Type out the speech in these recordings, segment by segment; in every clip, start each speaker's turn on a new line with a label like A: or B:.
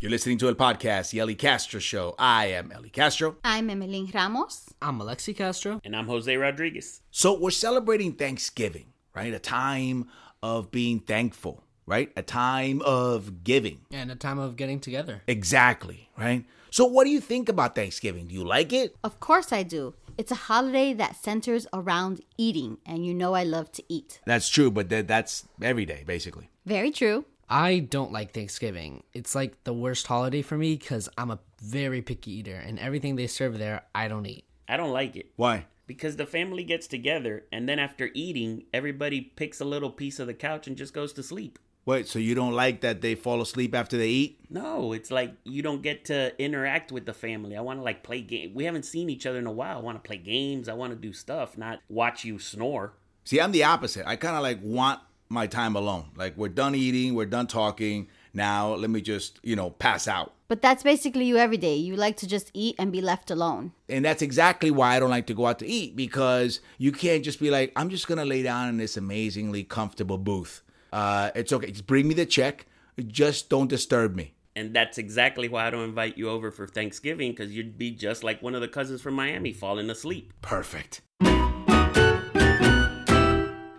A: You're listening to a podcast, The Ellie Castro Show. I am Ellie Castro.
B: I'm Emeline Ramos.
C: I'm Alexi Castro.
D: And I'm Jose Rodriguez.
A: So we're celebrating Thanksgiving, right? A time of being thankful, right? A time of giving.
C: And a time of getting together.
A: Exactly, right? So what do you think about Thanksgiving? Do you like it?
B: Of course I do. It's a holiday that centers around eating, and you know I love to eat.
A: That's true, but that that's every day, basically.
B: Very true.
C: I don't like Thanksgiving. It's like the worst holiday for me because I'm a very picky eater, and everything they serve there, I don't eat.
D: I don't like it
A: Why?
D: because the family gets together and then after eating, everybody picks a little piece of the couch and just goes to sleep.
A: Wait, so you don't like that they fall asleep after they eat?
D: No, it's like you don't get to interact with the family. I want to like play game. We haven't seen each other in a while. I want to play games. I want to do stuff, not watch you snore.
A: See, I'm the opposite. I kind of like want my time alone. Like we're done eating, we're done talking. Now let me just, you know, pass out.
B: But that's basically you every day. You like to just eat and be left alone.
A: And that's exactly why I don't like to go out to eat because you can't just be like, I'm just gonna lay down in this amazingly comfortable booth. Uh, it's okay. Just bring me the check. Just don't disturb me.
D: And that's exactly why I don't invite you over for Thanksgiving because you'd be just like one of the cousins from Miami falling asleep.
A: Perfect.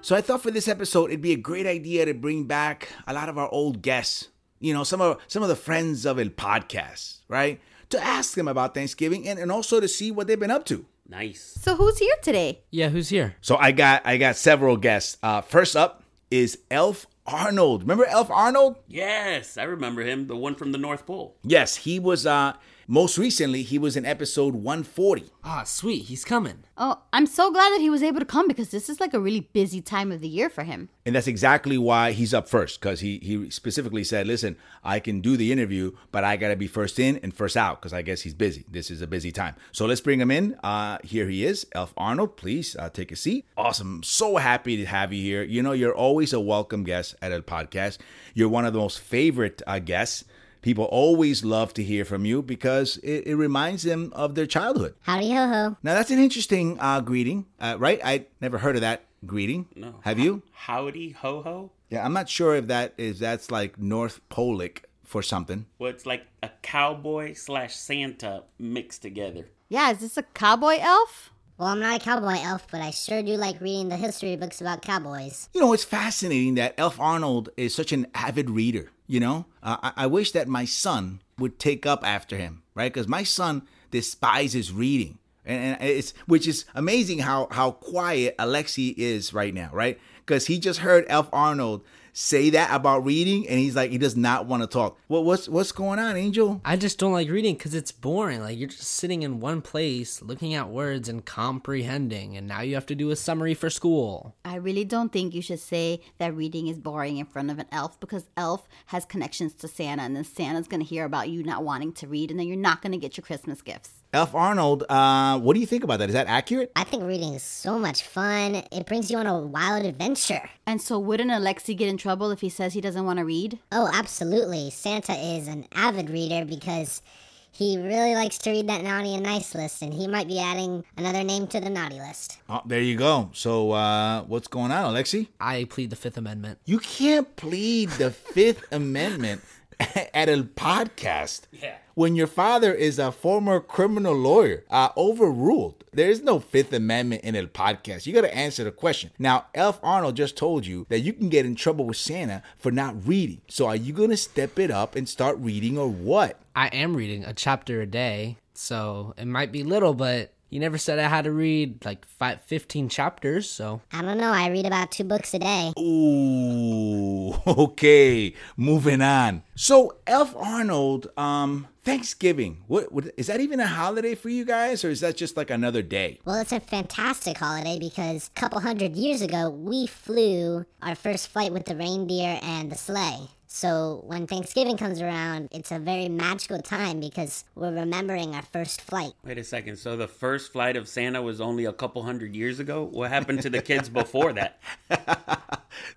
A: So I thought for this episode it'd be a great idea to bring back a lot of our old guests. You know, some of some of the friends of el podcast, right? To ask them about Thanksgiving and, and also to see what they've been up to.
D: Nice.
B: So who's here today?
C: Yeah, who's here?
A: So I got I got several guests. Uh, first up is Elf Arnold. Remember Elf Arnold?
D: Yes, I remember him, the one from the North Pole.
A: Yes, he was uh most recently he was in episode 140.
C: Ah, sweet, he's coming.
B: Oh, I'm so glad that he was able to come because this is like a really busy time of the year for him.
A: And that's exactly why he's up first, because he, he specifically said, listen, I can do the interview, but I got to be first in and first out, because I guess he's busy. This is a busy time. So let's bring him in. Uh, here he is, Elf Arnold. Please uh, take a seat. Awesome. So happy to have you here. You know, you're always a welcome guest at a podcast. You're one of the most favorite uh, guests. People always love to hear from you because it, it reminds them of their childhood.
E: Howdy ho ho.
A: Now, that's an interesting uh, greeting, uh, right? I never heard of that greeting.
D: No.
A: Have you?
D: Howdy ho ho.
A: Yeah, I'm not sure if that is that's like North Polic for something.
D: Well, it's like a cowboy slash Santa mixed together.
B: Yeah, is this a cowboy elf?
E: Well, I'm not a cowboy elf, but I sure do like reading the history books about cowboys.
A: You know, it's fascinating that Elf Arnold is such an avid reader. You know, uh, I, I wish that my son would take up after him, right? Because my son despises reading, and, and it's which is amazing how how quiet Alexi is right now, right? Because he just heard Elf Arnold say that about reading, and he's like, he does not want to talk. What what's what's going on, Angel?
C: I just don't like reading because it's boring. Like, you're just sitting in one place looking at words and comprehending, and now you have to do a summary for school.
B: I really don't think you should say that reading is boring in front of an elf because elf has connections to Santa, and then Santa's gonna hear about you not wanting to read, and then you're not gonna get your Christmas gifts.
A: Elf Arnold, uh, what do you think about that? Is that accurate?
E: I think reading is so much fun. It brings you on a wild adventure.
B: And so, wouldn't Alexi get in trouble if he says he doesn't want to read?
E: Oh, absolutely. Santa is an avid reader because he really likes to read that naughty and nice list, and he might be adding another name to the naughty list.
A: Oh, there you go. So, uh, what's going on, Alexi?
C: I plead the Fifth Amendment.
A: You can't plead the Fifth Amendment at a podcast
D: Yeah.
A: when your father is a former criminal lawyer. Uh, overruled. There is no Fifth Amendment in a podcast. You got to answer the question. Now, Elf Arnold just told you that you can get in trouble with Santa for not reading. So, are you going to step it up and start reading or what?
C: I am reading a chapter a day, so it might be little, but you never said I had to read like five, 15 chapters, so
E: I don't know. I read about two books a day.
A: Ooh, okay. Moving on. So, Elf Arnold, um, Thanksgiving. What, what is that even a holiday for you guys, or is that just like another day?
E: Well, it's a fantastic holiday because a couple hundred years ago, we flew our first flight with the reindeer and the sleigh. So when Thanksgiving comes around, it's a very magical time because we're remembering our first flight.
D: Wait a second. So the first flight of Santa was only a couple hundred years ago? What happened to the kids before that?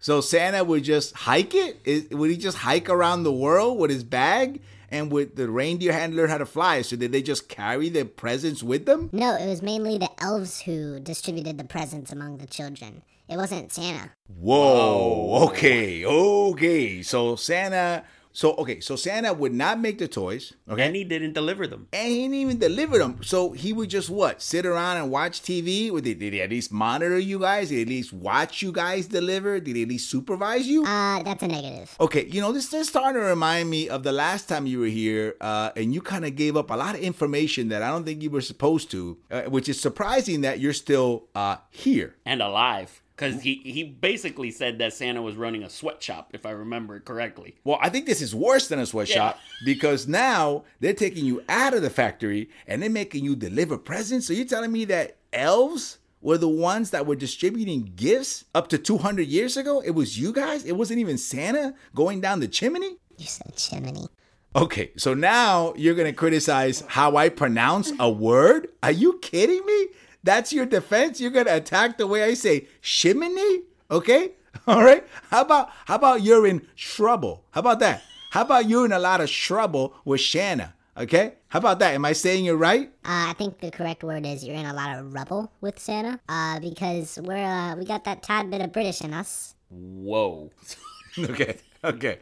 A: So Santa would just hike it. Is, would he just hike around the world with his bag? And would the reindeer had learn how to fly? So did they just carry their presents with them?
E: No, it was mainly the elves who distributed the presents among the children. It wasn't Santa.
A: Whoa. Okay. Okay. So Santa So okay, so Santa would not make the toys, okay,
D: And he didn't deliver them.
A: and he didn't even deliver them. So he would just what sit around and watch TV. Or Did, did he at least monitor you guys? Did he at least watch you guys deliver? Did he at least supervise you?
E: Uh, that's a negative.
A: Okay, you know, this is starting to remind me of the last time you were here, uh, and you kind of gave up a lot of information that I don't think you were supposed to, uh, which is surprising that you're still uh, here.
D: and alive because he, he basically said that santa was running a sweatshop if i remember it correctly
A: Well, I think this is worse than a sweatshop because now they're taking you out of the factory and they're making you deliver presents. So you're telling me that elves were the ones that were distributing gifts up to 200 years ago? It was you guys? It wasn't even Santa going down the chimney?
E: You said chimney.
A: Okay, so now you're gonna criticize how I pronounce a word? Are you kidding me? That's your defense? You're gonna attack the way I say shimini? Okay? All right. How about how about you're in trouble? How about that? How about you're in a lot of trouble with Shanna? Okay? How about that? Am I saying it right?
E: Uh, I think the correct word is you're in a lot of rubble with Santa. Uh, because we're uh, we got that tad bit of British in us.
D: whoa
A: Okay. Okay.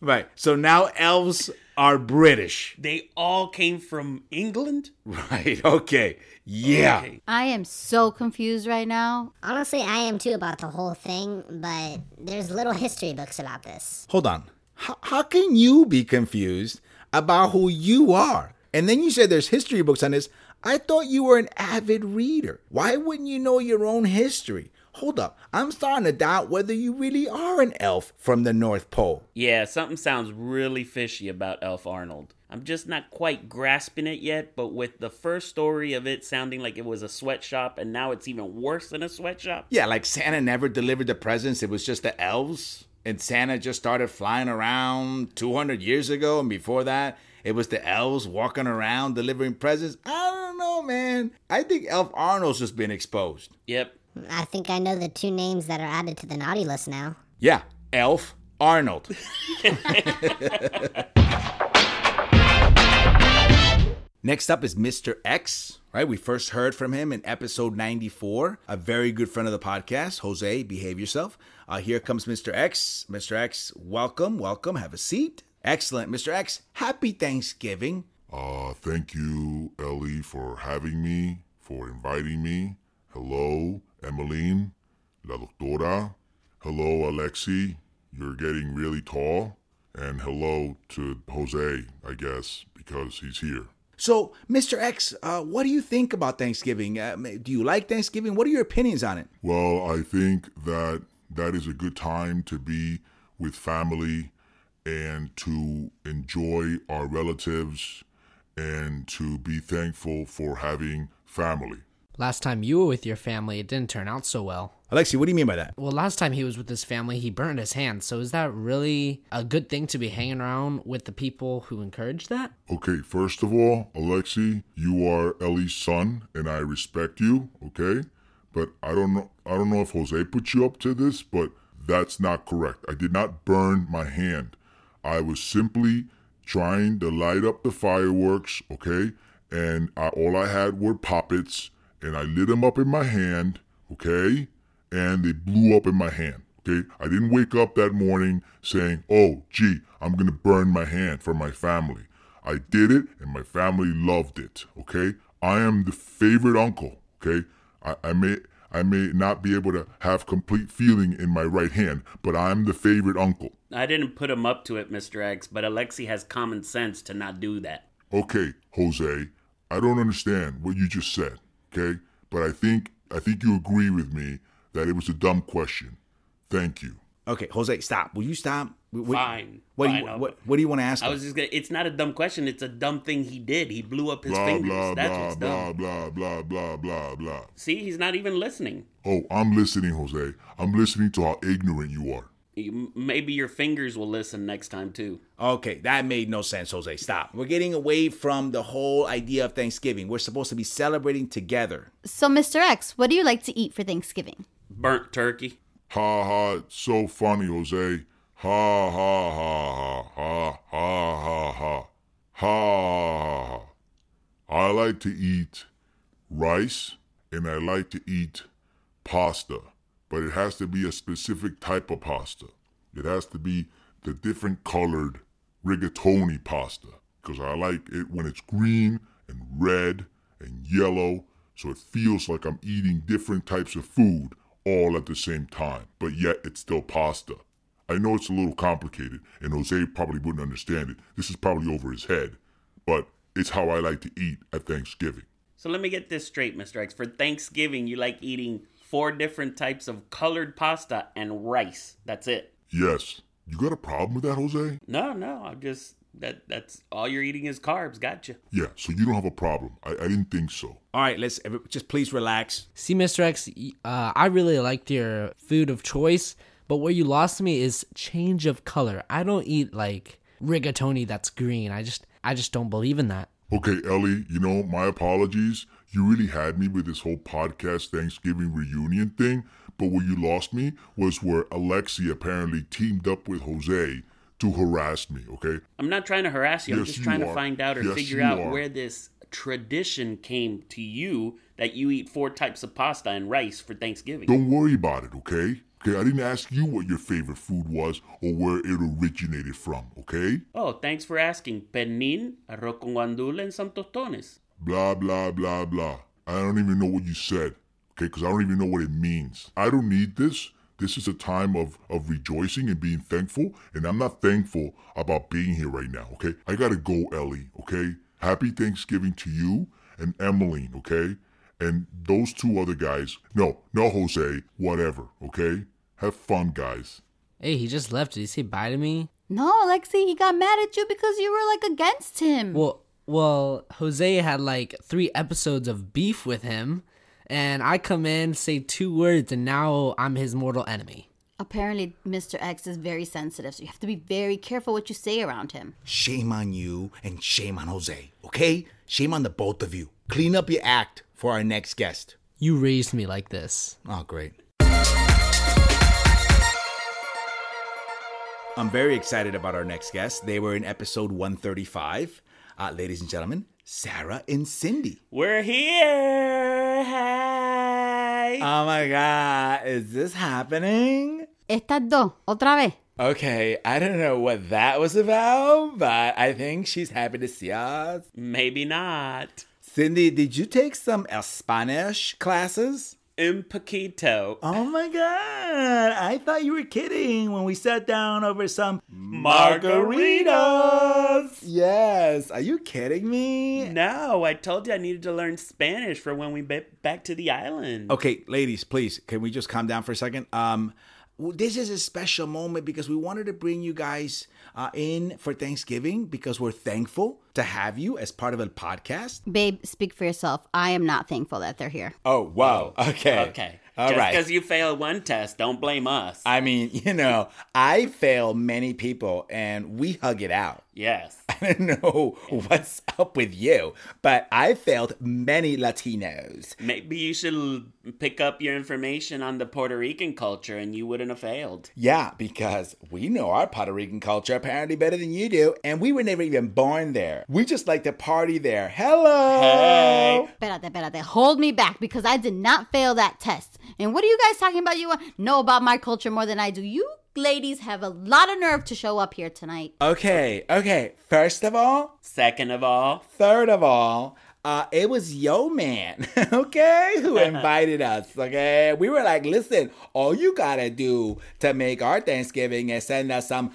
A: Right. So now elves are British.
D: they all came from england
A: Right. Okay. Yeah.
D: Okay.
B: I am so confused right now.
E: Honestly, I am too about the whole thing, but there's little history books about this.
A: hold on. How, how can you be confused about who you are? And then you said there's history books on this. I thought you were an avid reader. Why wouldn't you know your own history? Hold up. I'm starting to doubt whether you really are an elf from the North Pole.
D: yeah something sounds really fishy about elf arnold i'm just not quite grasping it yet but with the first story of it sounding like it was a sweatshop and now it's even worse than a sweatshop
A: Yeah, like Santa never delivered the presents. It was just the elves. And Santa just started flying around 200 years ago. And before that, it was the elves walking around delivering presents. I don't know, man. I think Elf Arnold's just been exposed.
D: yep
E: I think I know the two names that are added to the naughty list now.
A: Yeah, Elf Arnold. Next up is Mr. X, right? We first heard from him in episode 94, a very good friend of the podcast. Jose, behave yourself. Uh, here comes Mr. X. Mr. X, welcome, welcome. Have a seat. Excellent. Mr. X, happy Thanksgiving.
F: Uh, thank you, Ellie, for having me, for inviting me. Hello, Emmeline, la doctora. Hello, Alexi. You're getting really tall. And hello to Jose, I guess, because he's here.
A: So, Mr. X, uh, what do you think about Thanksgiving? Uh, do you like Thanksgiving? What are your opinions on it?
F: Well, I think that that is a good time to be with family and to enjoy our relatives and to be thankful for having family.
C: Last time you were with your family, it didn't turn out so well.
A: Alexi, what do you mean by that?
C: Well, last time he was with his family, he burned his hand. So is that really a good thing to be hanging around with the people who encourage that?
F: Okay, first of all, Alexi, you are Ellie's son, and I respect you. Okay, but I don't know. I don't know if Jose put you up to this, but that's not correct. I did not burn my hand. I was simply trying to light up the fireworks. Okay, and I, all I had were poppets, and I lit them up in my hand. Okay, and they blew up in my hand. Okay, I didn't wake up that morning saying, "Oh, gee, I'm gonna burn my hand for my family." I did it, and my family loved it. Okay, I am the favorite uncle. Okay, I, I may I may not be able to have complete feeling in my right hand, but I'm the favorite uncle.
D: i didn't put him up to it mr x but alexi has common sense to not do that
F: Okay, Jose, I don't understand what you just said. Okay, but I think I think you agree with me that it was a dumb question. Thank you.
A: Okay, Jose, stop. Will you stop? What,
D: Fine.
A: What do
D: Fine,
A: you
D: I'll-
A: what, what do you want to ask?
D: I
A: him?
D: was just gonna. It's not a dumb question. It's a dumb thing he did. He blew up his
F: Blah
D: fingers.
F: blah
D: That's
F: blah
D: what's
F: blah
D: dumb.
F: blah blah blah blah blah.
D: See, he's not even listening.
F: Oh, I'm listening, Jose. I'm listening to how ignorant you are.
D: You- Maybe your fingers will listen next time too.
A: Okay, that made no sense, Jose. Stop. We're getting away from the whole idea of Thanksgiving. We're supposed to be celebrating together.
B: So, Mr. X, what do you like to eat for Thanksgiving?
D: Burnt turkey.
F: Ha ha, it's so funny, Jose. Ha ha ha ha ha ha ha ha ha ha. I like to eat rice and I like to eat pasta, but it has to be a specific type of pasta. It has to be the different colored rigatoni pasta because I like it when it's green and red and yellow, so it feels like I'm eating different types of food all at the same time, but yet it's still pasta. I know it's a little complicated, and Jose probably wouldn't understand it. This is probably over his head, but it's how I like to eat at Thanksgiving.
D: So let me get this straight, Mr. X. For Thanksgiving, you like eating four different types of colored pasta and rice. That's it.
F: Yes. You got a problem with that, Jose?
D: No, no, I'm just that that's all you're eating is carbs. Gotcha.
F: Yeah, so you don't have a problem. I, I didn't think so.
A: All right, let's every- just please relax.
C: See, Mr. X, y- uh, I really liked your food of choice, but where you lost me is change of color. I don't eat like rigatoni that's green. I just I just don't believe in that.
F: Okay, Ellie, you know, my apologies. You really had me with this whole podcast Thanksgiving reunion thing, but where you lost me was where Alexi apparently teamed up with Jose to harass me, okay?
D: I'm not trying to harass you. I'm
F: Yes,
D: just
F: you
D: trying to
F: are.
D: find out or
F: Yes,
D: figure
F: you
D: out
F: are.
D: where this tradition came to you that you eat four types of pasta and rice for Thanksgiving.
F: Don't worry about it, okay? Okay, I didn't ask you what your favorite food was or where it originated from, okay?
D: Oh, thanks for asking. Penin, arroz con guandula, and some tostones.
F: Blah, blah, blah, blah. I don't even know what you said, okay? Because I don't even know what it means. I don't need this. This is a time of, of rejoicing and being thankful, and I'm not thankful about being here right now, okay? I gotta go, Ellie, okay? Happy Thanksgiving to you and Emmeline, okay? And those two other guys. No, no, Jose, whatever, okay? Have fun, guys.
C: Hey, he just left. Did he say bye to me?
B: No, Alexi, he got mad at you because you were like against him.
C: Well, well, Jose had like three episodes of beef with him, and I come in, say two words, and now I'm his mortal enemy.
B: Apparently, Mr. X is very sensitive, so you have to be very careful what you say around him.
A: Shame on you and shame on Jose, okay? Shame on the both of you. Clean up your act for our next guest.
C: You raised me like this.
A: Oh, great. I'm very excited about our next guest. They were in episode 135. Uh, ladies and gentlemen, Sarah and Cindy.
D: We're here. Hi.
A: Oh my God, is this happening?
B: Estas dos, otra vez.
A: Okay, I don't know what that was about, but I think she's happy to see us.
D: Maybe not.
A: Cindy, did you take some Spanish classes?
D: Un poquito.
A: Oh my God, I thought you were kidding when we sat down over some
D: Margaritas.
A: Yes, are you kidding me?
D: No, I told you I needed to learn Spanish for when we get back to the island.
A: Okay, ladies, please, can we just calm down for a second? Um, w- this is a special moment because we wanted to bring you guys uh, in for Thanksgiving because we're thankful to have you as part of a podcast.
B: Babe, speak for yourself. I am not thankful that they're here.
A: Oh, wow. Okay.
D: Okay.
A: All
D: Just
A: right.
D: because you failed one test, don't blame us.
A: I mean, you know, I fail many people and we hug it out.
D: yes.
A: I don't know what's up with you, but I failed many Latinos.
D: Maybe you should l- pick up your information on the Puerto Rican culture and you wouldn't have failed.
A: Yeah, because we know our Puerto Rican culture apparently better than you do, and we were never even born there. We just like to party there. Hello. Oh.
D: Hey.
B: Espérate, espérate. Hold me back because I did not fail that test. And what are you guys talking about? You know about my culture more than I do. You ladies have a lot of nerve to show up here tonight.
A: Okay, okay. First of all,
D: Second of all,
A: third of all, uh, it was yo man, okay, who invited us. Okay, we were like, listen, all you gotta do to make our Thanksgiving is send us some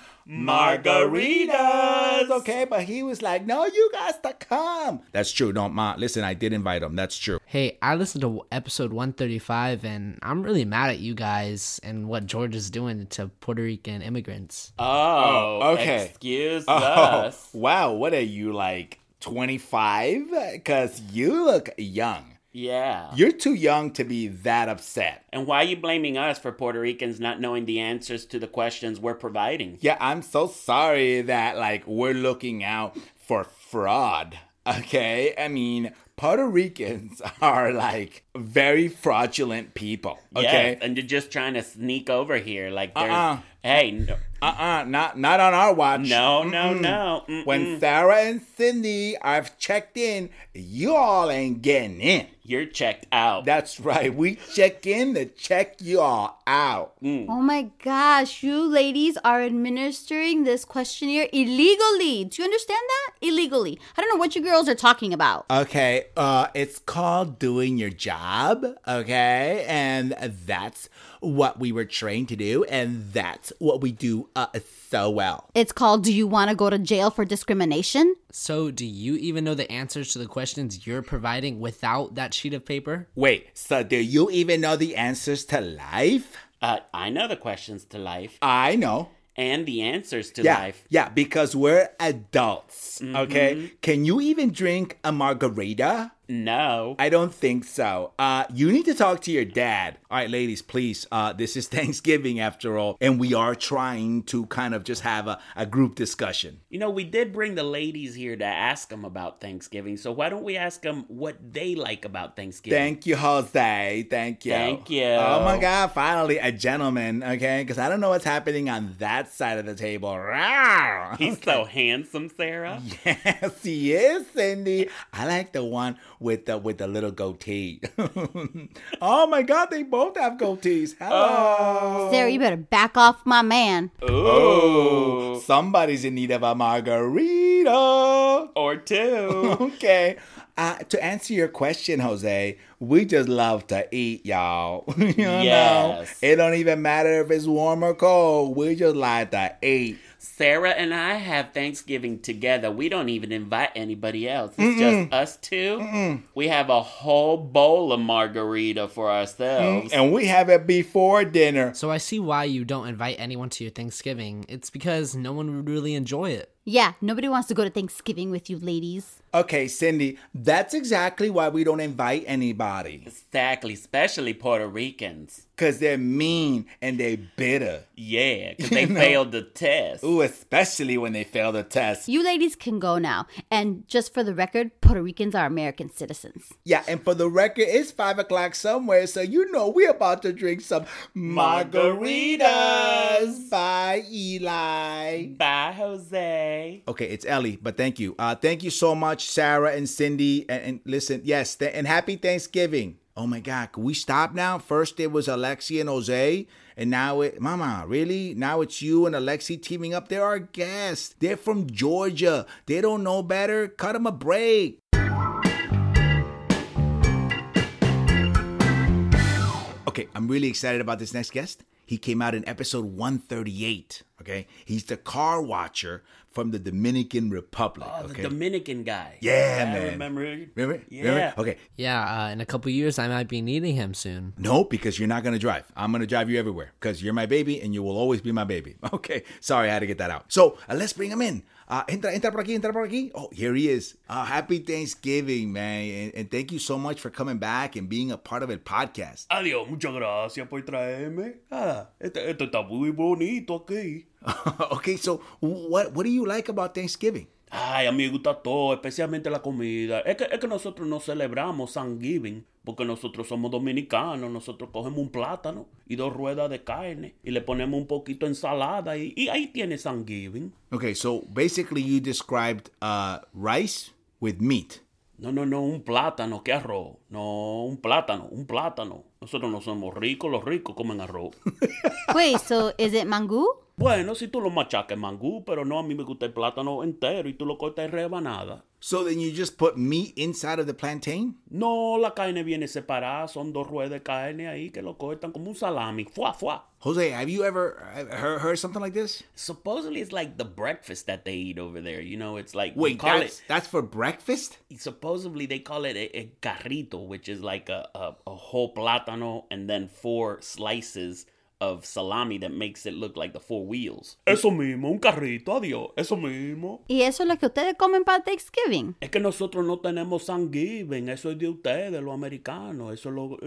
A: margaritas, okay? But he was like, no, you guys to come. That's true. Don't ma. Listen, I did invite him. That's true.
C: Hey, I listened to episode 135, and I'm really mad at you guys and what George is doing to Puerto Rican immigrants.
D: oh,
A: Oh, okay.
D: excuse
A: Oh,
D: us.
A: wow. What are you like 25? Because you look young.
D: Yeah.
A: You're too young to be that upset.
D: and why are you blaming us for Puerto Ricans not knowing the answers to the questions we're providing?
A: Yeah, I'm so sorry that like we're looking out for fraud. Okay, I mean, Puerto Ricans are like very fraudulent people. Okay.
D: Yeah, and you're just trying to sneak over here. Like, there's,
A: Uh-uh.
D: hey, no,
A: Uh-uh, not not on our watch.
D: no, no, no. Mm-mm.
A: When Sarah and Cindy I've checked in, you all ain't getting in.
D: you're checked out.
A: That's right. We check in to check you all out.
B: Oh my gosh, you ladies are administering this questionnaire illegally. Do you understand that? Illegally. I don't know what you girls are talking about.
A: Okay, uh, it's called doing your job, okay? And that's what we were trained to do, and that's what we do uh, so well.
B: It's called Do You Want to Go to Jail for Discrimination?
C: So, do you even know the answers to the questions you're providing without that sheet of paper?
A: Wait, so do you even know the answers to life?
D: Uh, I know the questions to life
A: I know.
D: and the answers to
A: Yeah,
D: life.
A: yeah, because we're adults, okay? Can you even drink a margarita?
D: No.
A: I don't think so. Uh, you need to talk to your dad. All right, ladies, please. Uh, this is Thanksgiving after all, and we are trying to kind of just have a, a group discussion.
D: You know, we did bring the ladies here to ask them about Thanksgiving, so why don't we ask them what they like about Thanksgiving?
A: Thank you, Jose. Thank you.
D: Thank you.
A: Oh my God, finally a gentleman, okay? Because I don't know what's happening on that side of the table. Rawr.
D: He's so handsome, Sarah.
A: Yes, he is, Cindy. I like the one with the with the little goatee. oh my God, they both have goatees.
D: Oh,
A: Hello.
B: Sarah, you better back off my man.
A: Oh, somebody's in need of a margarita.
D: Or two.
A: Okay. Uh, to answer your question, Jose, we just love to eat, y'all. you know,
D: Yes.
A: it don't even matter if it's warm or cold. We just like to eat.
D: Sarah and I have Thanksgiving together. We don't even invite anybody else. It's just us 2 We have a whole bowl of margarita for ourselves.
A: Mm, And we have it before dinner.
C: So, I see why you don't invite anyone to your Thanksgiving. It's because no one would really enjoy it.
B: Yeah, nobody wants to go to Thanksgiving with you ladies.
A: Okay, Cindy, that's exactly why we don't invite anybody.
D: Exactly, especially Puerto Ricans.
A: Because they're mean and they bitter.
D: Yeah, 'cause they failed the test.
A: Ooh, especially when they fail the test.
B: You ladies can go now. And just for the record, Puerto Ricans are American citizens.
A: Yeah, and for the record, it's five o'clock somewhere, so you know we're about to drink some margaritas. Bye, Eli.
D: Bye, Jose.
A: Okay, it's Ellie, but thank you. Uh, thank you so much, Sarah and Cindy. And, and listen, yes, th- and happy Thanksgiving. Oh my God, can we stop now? First it was Alexi and Jose, and now it, Mama, really? Now it's you and Alexi teaming up. They're our guests. They're from Georgia. They don't know better. Cut them a break. Okay, I'm really excited about this next guest. He came out in episode 138. Okay, he's the car watcher from the Dominican Republic.
D: Oh, the
A: okay,
D: Dominican guy.
A: Yeah,
D: I
A: man.
D: remember.
A: remember?
D: Yeah.
A: Remember? Okay,
C: Yeah, uh, in a couple years, I might be needing him soon.
A: no, because you're not gonna drive. I'm gonna drive you everywhere because you're my baby and you will always be my baby. Okay, sorry, I had to get that out. So uh, let's bring him in. Uh, entra, entra por aquí, entra por aquí. Oh, here he is. Uh, happy Thanksgiving, man, and, and thank you so much for coming back and being a part of el podcast.
G: Adiós, muchas gracias por traerme. Ah, esto, esto está muy bonito aquí.
A: okay, so what what do you like about Thanksgiving?
G: Ay, a mí me gusta todo, especialmente la comida. Es que, es que nosotros no celebramos Thanksgiving porque nosotros somos dominicanos. Nosotros cogemos un plátano y dos ruedas de carne y le ponemos un poquito de ensalada y, y ahí tiene Thanksgiving.
A: Okay, so basically you described uh, rice with meat.
G: No, no, no, un plátano, ¿qué arroz? No, un plátano, un plátano. Nosotros no somos ricos, los ricos comen arroz.
B: Wait, so is it mangú?
G: bueno, si tú lo machacas, mangú, pero no, a mí me gusta el plátano entero y tú lo cortas en rebanada.
A: So then you just put meat inside of the plantain?
G: No, la carne viene separada, son dos ruedas de carne ahí que lo cortan como un salami. Fuá, fuá.
A: Jose, have you ever uh, heard, heard something like this?
D: Supposedly, it's like the breakfast that they eat over there. You know, it's like we
A: Wait,
D: call
A: that's, that's for breakfast?
D: it. Supposedly, they call it a, a carrito, which is like a, a a whole plátano and then four slices of salami that makes it look like the four wheels.
G: Eso mismo, un carrito, adiós, eso mismo.
B: Y eso es lo que ustedes comen para Thanksgiving.
G: Es que nosotros no tenemos Thanksgiving, eso es de ustedes, los americanos, eso es lo...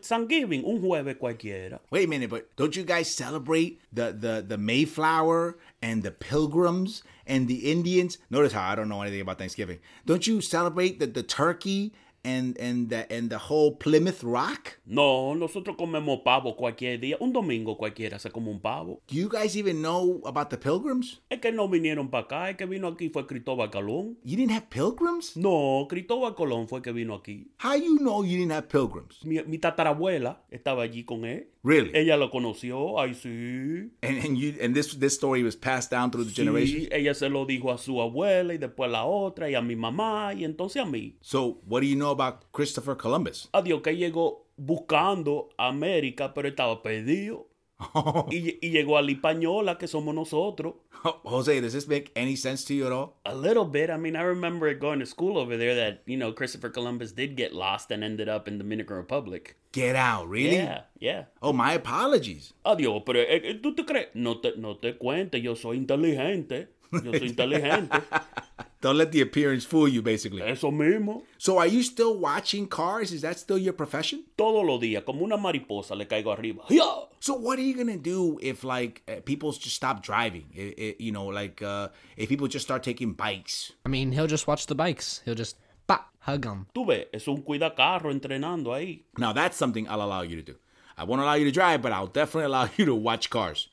G: Thanksgiving, un jueves cualquiera.
A: Wait a minute, but don't you guys celebrate the, the, the Mayflower and the Pilgrims and the Indians? Notice how I don't know anything about Thanksgiving. Don't you celebrate the, the turkey and and the, and the whole Plymouth Rock?
G: No, nosotros comemos pavo cualquier día. Un domingo cualquiera se come un pavo.
A: Do you guys even know about the Pilgrims?
G: Es que no vinieron para acá. El que vino aquí fue Cristóbal Colón.
A: You didn't have Pilgrims?
G: No, Cristóbal Colón fue el que vino aquí.
A: How you know you didn't have Pilgrims?
G: Mi, mi tatarabuela estaba allí con él.
A: Really?
G: Ella lo conoció. Ay, sí.
A: And, and you and this this story was passed down through the generations.
G: Sí, ella se lo dijo a su abuela y después a la otra y a mi mamá y entonces a mí.
A: So what do you know about Christopher Columbus?
G: Adiós, que llegó buscando América, pero estaba perdido. Y, y llegó a la española, que somos nosotros.
A: Jose, does this make any sense to you at all?
D: A little bit. I mean, I remember going to school over there that, you know, Christopher Columbus did get lost and ended up in Dominican Republic.
A: Get out, really?
D: Yeah, yeah.
A: Oh, my apologies.
G: Adiós, pero eh, eh, tú te crees. No te, no te cuentes, yo soy inteligente. Yo soy inteligente.
A: Don't let the appearance fool you, basically.
G: Eso mismo.
A: So, are you still watching cars? Is that still your profession?
G: Todos los días, como una mariposa, le caigo arriba. ¡Ya!
A: So, what are you gonna do if like uh, people just stop driving? I i you know, like uh, if people just start taking bikes?
C: I mean, he'll just watch the bikes. He'll just bah, hug them.
G: Tú ves, es un cuidacarro entrenando ahí.
A: Now, that's something I'll allow you to do. I won't allow you to drive, but I'll definitely allow you to watch cars.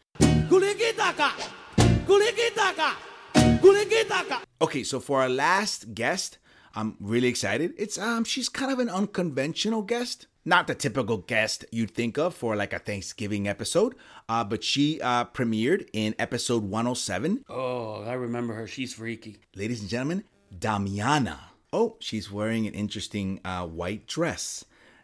A: Okay, so for our last guest, I'm really excited. It's um she's kind of an unconventional guest. Not the typical guest you'd think of for like a Thanksgiving episode, uh, but she uh, premiered in episode 107.
D: Oh, I remember her. She's freaky.
A: Ladies and gentlemen, Damiana. Oh, she's wearing an interesting uh, white dress.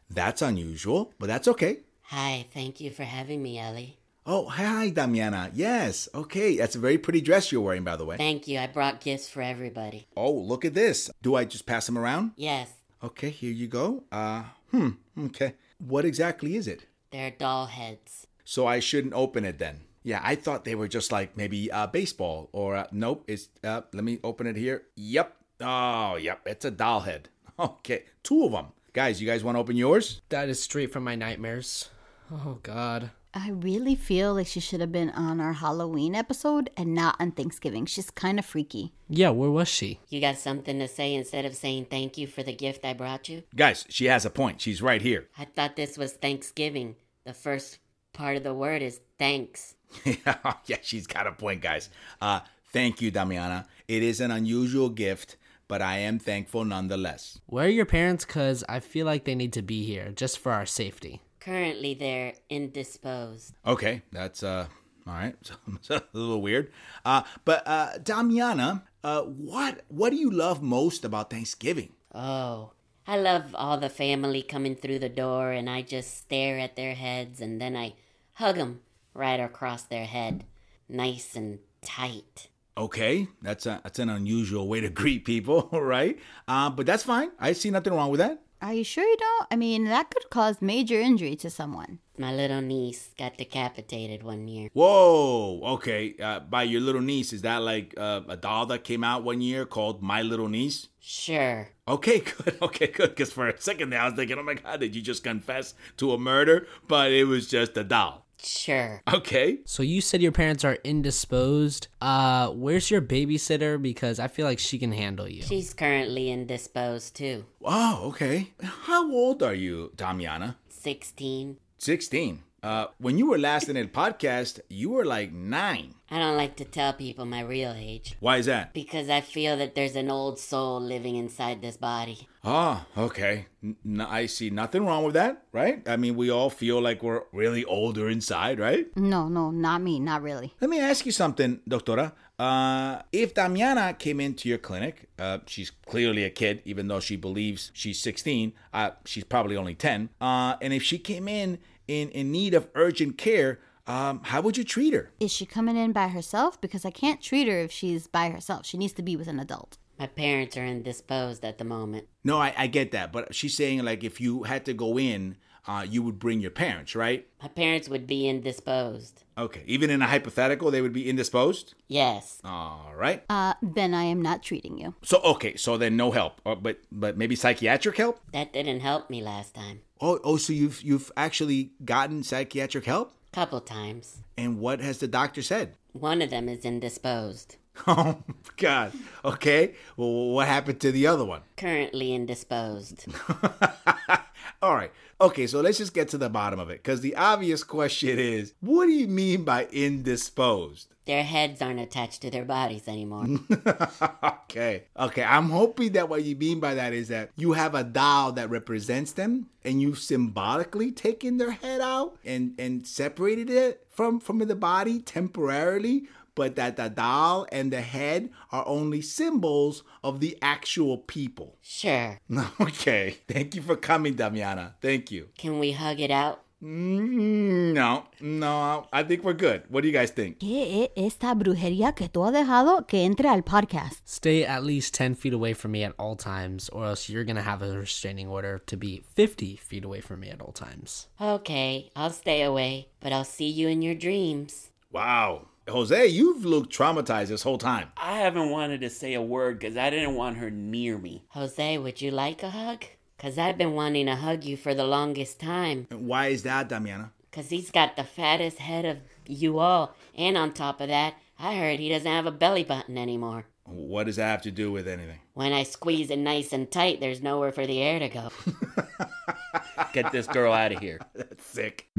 A: That's unusual, but that's okay.
H: Hi, thank you for having me, Ellie.
A: Oh, hi, Damiana. Yes, okay. That's a very pretty dress you're wearing, by the way.
H: Thank you. I brought gifts for everybody.
A: Oh, look at this. Do I just pass them around?
H: Yes,
A: Okay, here you go. Uh, hmm, okay. What exactly is it?
H: they're doll heads.
A: So I shouldn't open it then. Yeah, I thought they were just like maybe uh, baseball or uh, nope. It's uh, let me open it here. Yep. Oh, yep. It's a doll head. Okay, two of them. Guys, you guys want to open yours?
C: That is straight from my nightmares. Oh God.
B: I really feel like she should have been on our Halloween episode and not on Thanksgiving. She's kind of freaky.
C: Yeah, where was she?
H: You got something to say instead of saying thank you for the gift I brought you?
A: Guys, she has a point. She's right here.
H: I thought this was Thanksgiving. The first part of the word is thanks.
A: yeah, she's got a point, guys. Uh, thank you, Damiana. It is an unusual gift, but I am thankful nonetheless.
C: Where are your parents? Cause I feel like they need to be here just for our safety.
H: Currently, they're indisposed.
A: Okay, that's uh all right. So, so a little weird. Uh but uh Damiana, uh what what do you love most about Thanksgiving?
H: Oh, I love all the family coming through the door and I just stare at their heads and then I hug 'em right across their head. Nice and tight.
A: Okay, that's a, that's an unusual way to greet people, right? Uh, but that's fine. I see nothing wrong with that.
B: Are you sure you don't? I mean, that could cause major injury to someone.
H: My little niece got decapitated one year.
A: Whoa, okay. Uh, by your little niece, is that like uh, a doll that came out one year called My Little Niece?
H: Sure.
A: Okay, good. Okay, good. Because for a second there, I was thinking, oh my God, did you just confess to a murder? But it was just a doll.
H: Sure.
A: Okay.
C: So you said your parents are indisposed. Uh, where's your babysitter? Because I feel like she can handle you.
H: She's currently indisposed too.
A: Oh, okay. How old are you, Damiana?
H: 16.
A: 16. Uh, when you were last in a podcast, you were like nine.
H: I don't like to tell people my real age
A: Why is that?
H: because I feel that there's an old soul living inside this body.
A: Ah, okay. N- n- I see nothing wrong with that, right? I mean, we all feel like we're really older inside, right?
B: No, no, not me, not really.
A: Let me ask you something, Doctora. Uh, if Damiana came into your clinic, uh, she's clearly a kid, even though she believes she's 16. Uh, she's probably only 10. Uh, and if she came in in, in need of urgent care, um, how would you treat her?
B: Is she coming in by herself? Because I can't treat her if she's by herself. She needs to be with an adult.
H: My parents are indisposed at the moment.
A: No, I, I get that, but she's saying like if you had to go in, uh, you would bring your parents, right?
H: My parents would be indisposed.
A: Okay. Even in a hypothetical, they would be indisposed.
H: Yes.
A: All right.
B: Uh, then I am not treating you.
A: So okay, so then no help, uh, but but maybe psychiatric help.
H: That didn't help me last time.
A: Oh, oh, so you've you've actually gotten psychiatric help,
H: Couple times.
A: and what has the doctor said?
H: One of them is indisposed.
A: Oh God. Okay. Well, what happened to the other one?
H: Currently indisposed.
A: All right. Okay, so let's just get to the bottom of it because the obvious question is what do you mean by indisposed?
H: Their heads aren't attached to their bodies anymore.
A: okay. Okay. I'm hoping that what you mean by that is that you have a doll that represents them and you've symbolically taken their head out and, and separated it from, from the body temporarily, but that the doll and the head are only symbols of the actual people.
H: Sure.
A: Okay. Thank you for coming, Damiana. Thank you.
H: Can we hug it out?
A: Mm, no, no, I think we're good. What do you guys think?
B: ¿Qué es esta brujería que tú has dejado que entre al podcast?
C: Stay at least 10 feet away from me at all times, or else you're going to have a restraining order to be 50 feet away from me at all times.
H: Okay, I'll stay away, but I'll see you in your dreams.
A: Wow. Jose, you've looked traumatized this whole time.
D: I haven't wanted to say a word because I didn't want her near me.
H: Jose, would you like a hug? Cause I've been wanting to hug you for the longest time.
A: And why is that, Damiana?
H: Cause he's got the fattest head of you all. And on top of that, I heard he doesn't have a belly button anymore.
A: What does that have to do with anything?
H: When I squeeze it nice and tight, there's nowhere for the air to go.
D: Get this girl out of here.
A: That's sick.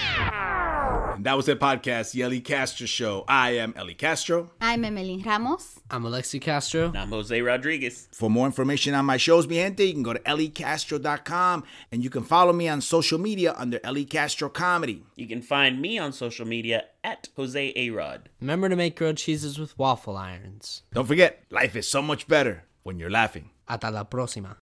A: And that was it, podcast, the Ellie Castro Show. I am Ellie Castro.
B: I'm Emeline Ramos.
C: I'm Alexi Castro.
D: I'm Jose Rodriguez.
A: For more information on my shows, mi gente, you can go to elliecastro.com and you can follow me on social media under Ellie Castro Comedy.
D: You can find me on social media at Jose Arod.
C: Remember to make grilled cheeses with waffle irons.
A: Don't forget, life is so much better when you're laughing.
C: Hasta la próxima.